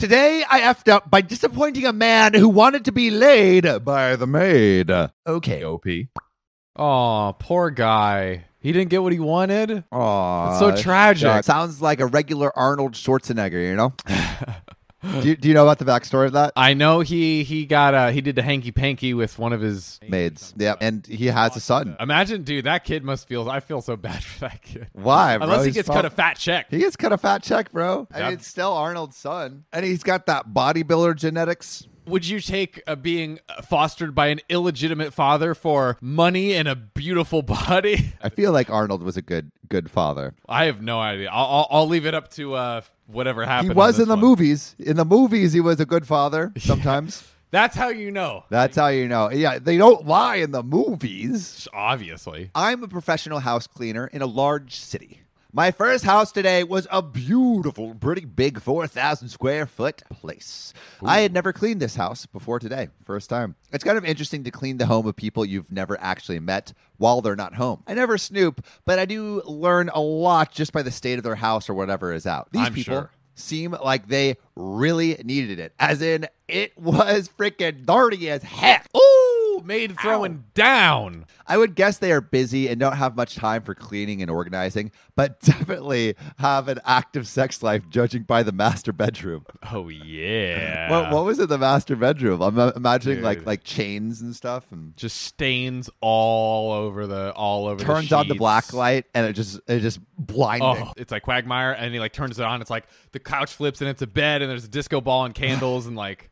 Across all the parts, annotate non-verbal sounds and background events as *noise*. Today I effed up by disappointing a man who wanted to be laid by the maid. Okay, OP. Oh, poor guy. He didn't get what he wanted. Aww. It's so tragic. Uh, Yeah, it sounds like a regular Arnold Schwarzenegger, you know? do, you, do you know about the backstory of *laughs* that? I know he he got uh he did the hanky panky with one of his Maids. Yeah, and he has a son. Imagine, dude, that kid must feel. I feel so bad *laughs* for that kid. Why, bro? Unless he He's gets prob- cut a fat check. He gets cut a fat check, bro. I Yeah. mean, it's still Arnold's son. And he's got that bodybuilder genetics. Would you take uh, being fostered by an illegitimate father for money and a beautiful *laughs* body? I feel like Arnold was a good good father. I have no idea. I'll I'll, I'll leave it up to uh whatever He happened. on was this in the one. movies. In the movies, he was a good *laughs* father sometimes. That's how you know. That's how you know. Yeah, they don't lie in the movies. Obviously. I'm a professional house cleaner in a large city. My first house today was a beautiful, pretty big 4,000 square foot place. I had never cleaned this house before today, first time. It's kind of interesting to clean the home of people you've never actually met while they're not home. I never snoop, but I do learn a lot just by the state of their house or whatever is out. These I'm people sure. seem like they really needed it, as in, it was freaking dirty as heck. Ooh, made throwing down. I would guess they are busy and don't have much time for cleaning and organizing, but *laughs* definitely have an active sex life, judging by the master bedroom. *laughs* Oh yeah. What, what was in the master bedroom? I'm uh, imagining like Dude. like chains and stuff, and just stains all over the all over. turns the on the sheets. black light, and it just it just blinding. Oh, it's like Quagmire, and he like turns it on. It's like the couch flips, and it's a bed, and there's a disco ball and candles, *laughs* and like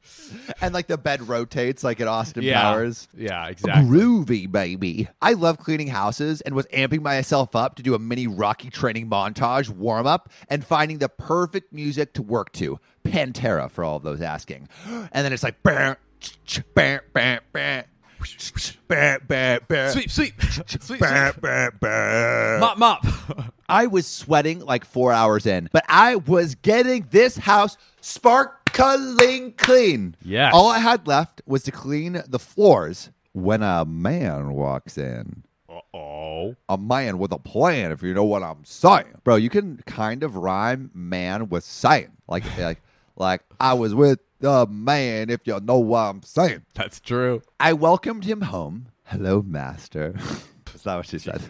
And like the bed rotates, like in Austin yeah, Powers. yeah, *laughs* exactly. Groovy, baby. I love cleaning houses and was amping myself up to do a mini Rocky training montage warm up and finding the perfect music to work to. Pantera for all those asking. And then it's like, bam, ch- bam, bam, bam, bam, bam, bam. Sweep, *laughs* sweep, sweep, sweep. Bam, bam, bam. *laughs* mop, mop. I was sweating like four hours in, but I was getting this house sparkling clean. Yes. All I had left was to clean the floors when a man walks in. oh, A man with a plan, if you know what I'm saying. Bro, you can kind of rhyme man with saying. Like, like, like I was with the man, if you know what I'm saying. that's true. I welcomed him home. Hello, master. *laughs* That's not what she said.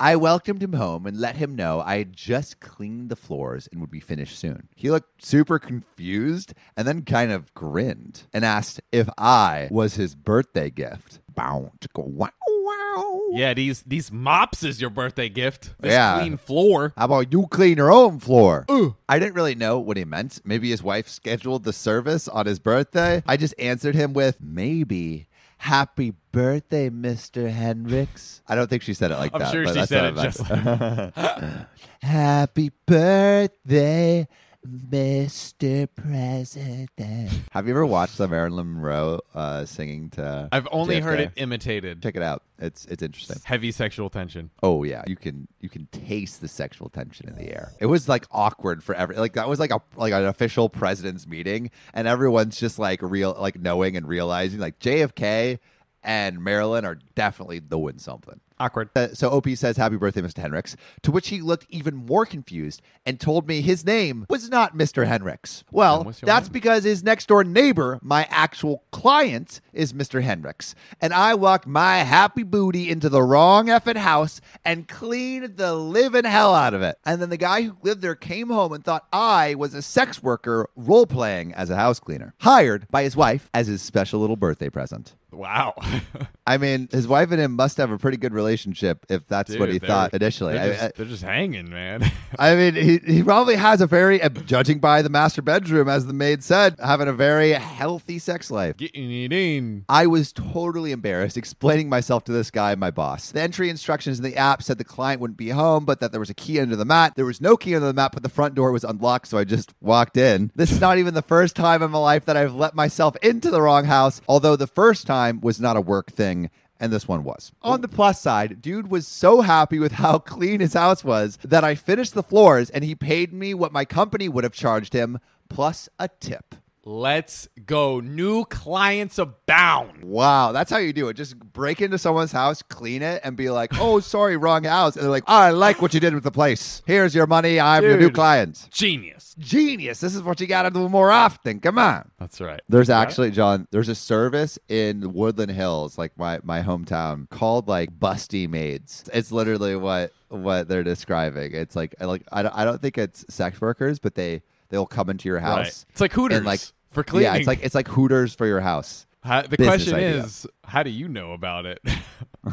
I welcomed him home and let him know I had just cleaned the floors and would be finished soon. He looked super confused and then kind of grinned and asked if I was his birthday gift. Bow, chicka, Wow, wow. Yeah, these these mops is your birthday gift. This Yeah. clean floor. How about you clean your own floor? I didn't really know what he meant. Maybe his wife scheduled the service on his birthday. I just answered him with maybe. Happy birthday, Mr. Hendricks. I don't think she said it like I'm that. sure but she that's said what it I meant. *laughs* just Happy birthday, Mr. President. Have you ever watched the Marilyn Monroe uh, singing to? I've only JFK? heard it imitated. Check it out. It's it's interesting. Heavy sexual tension. Oh yeah, you can you can taste the sexual tension in the air. It was like awkward for every like that was like a like an official president's meeting, and everyone's just like real like knowing and realizing like JFK and Marilyn are definitely doing something. Awkward. Uh, so OP says happy birthday, Mr. Henricks, to which he looked even more confused and told me his name was not Mr. Henricks. Then Well, what's your that's name? because his next door neighbor, my actual client, is Mr. Henricks. And I walked my happy booty into the wrong effing house and cleaned the living hell out of it. And then the guy who lived there came home and thought I was a sex worker role playing as a house cleaner, hired by his wife as his special little birthday present. Wow. *laughs* I mean, his wife and him must have a pretty good relationship if that's what Dude, he they're- thought initially. They're I, just, I, they're just hanging, man. *laughs* I mean, he, he probably has a very, uh, judging by the master bedroom, as the maid said, having a very healthy sex life. Getting it in. I was totally embarrassed explaining myself to this guy, my boss. The entry instructions in the app said the client wouldn't be home, but that there was a key under the mat. There was no key under the mat, but the front door was unlocked, so I just walked in. This is not even the first time in my life that I've let myself into the wrong house, although the first time was not a work thing. And this one was. On the plus side, dude was so happy with how *laughs* clean his house was that I finished the floors and he paid me what my company would have charged him plus a tip. Let's go. New clients abound. Wow, that's how you do it. Just break into someone's house, clean it, and be like, "Oh, sorry, wrong house." And they're like, "I like what you did with the place. Here's your money. I'm your new Dude. client." Genius. Genius. This is what you got to do more often. Come on. That's right. There's actually John. There's a service in Woodland Hills, like my my hometown, called like Busty Maids. It's literally what what they're describing. It's like like I don't, I don't think it's sex workers, but they they'll come into your house. Right. It's like Hooters and like for cleaning. Yeah, it's like it's like Hooters for your house. *laughs* How- the business question idea. is, how do you know about it? *laughs*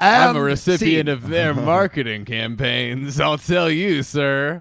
I'm Um, a recipient see- *laughs* of their marketing campaigns. I'll tell you, sir.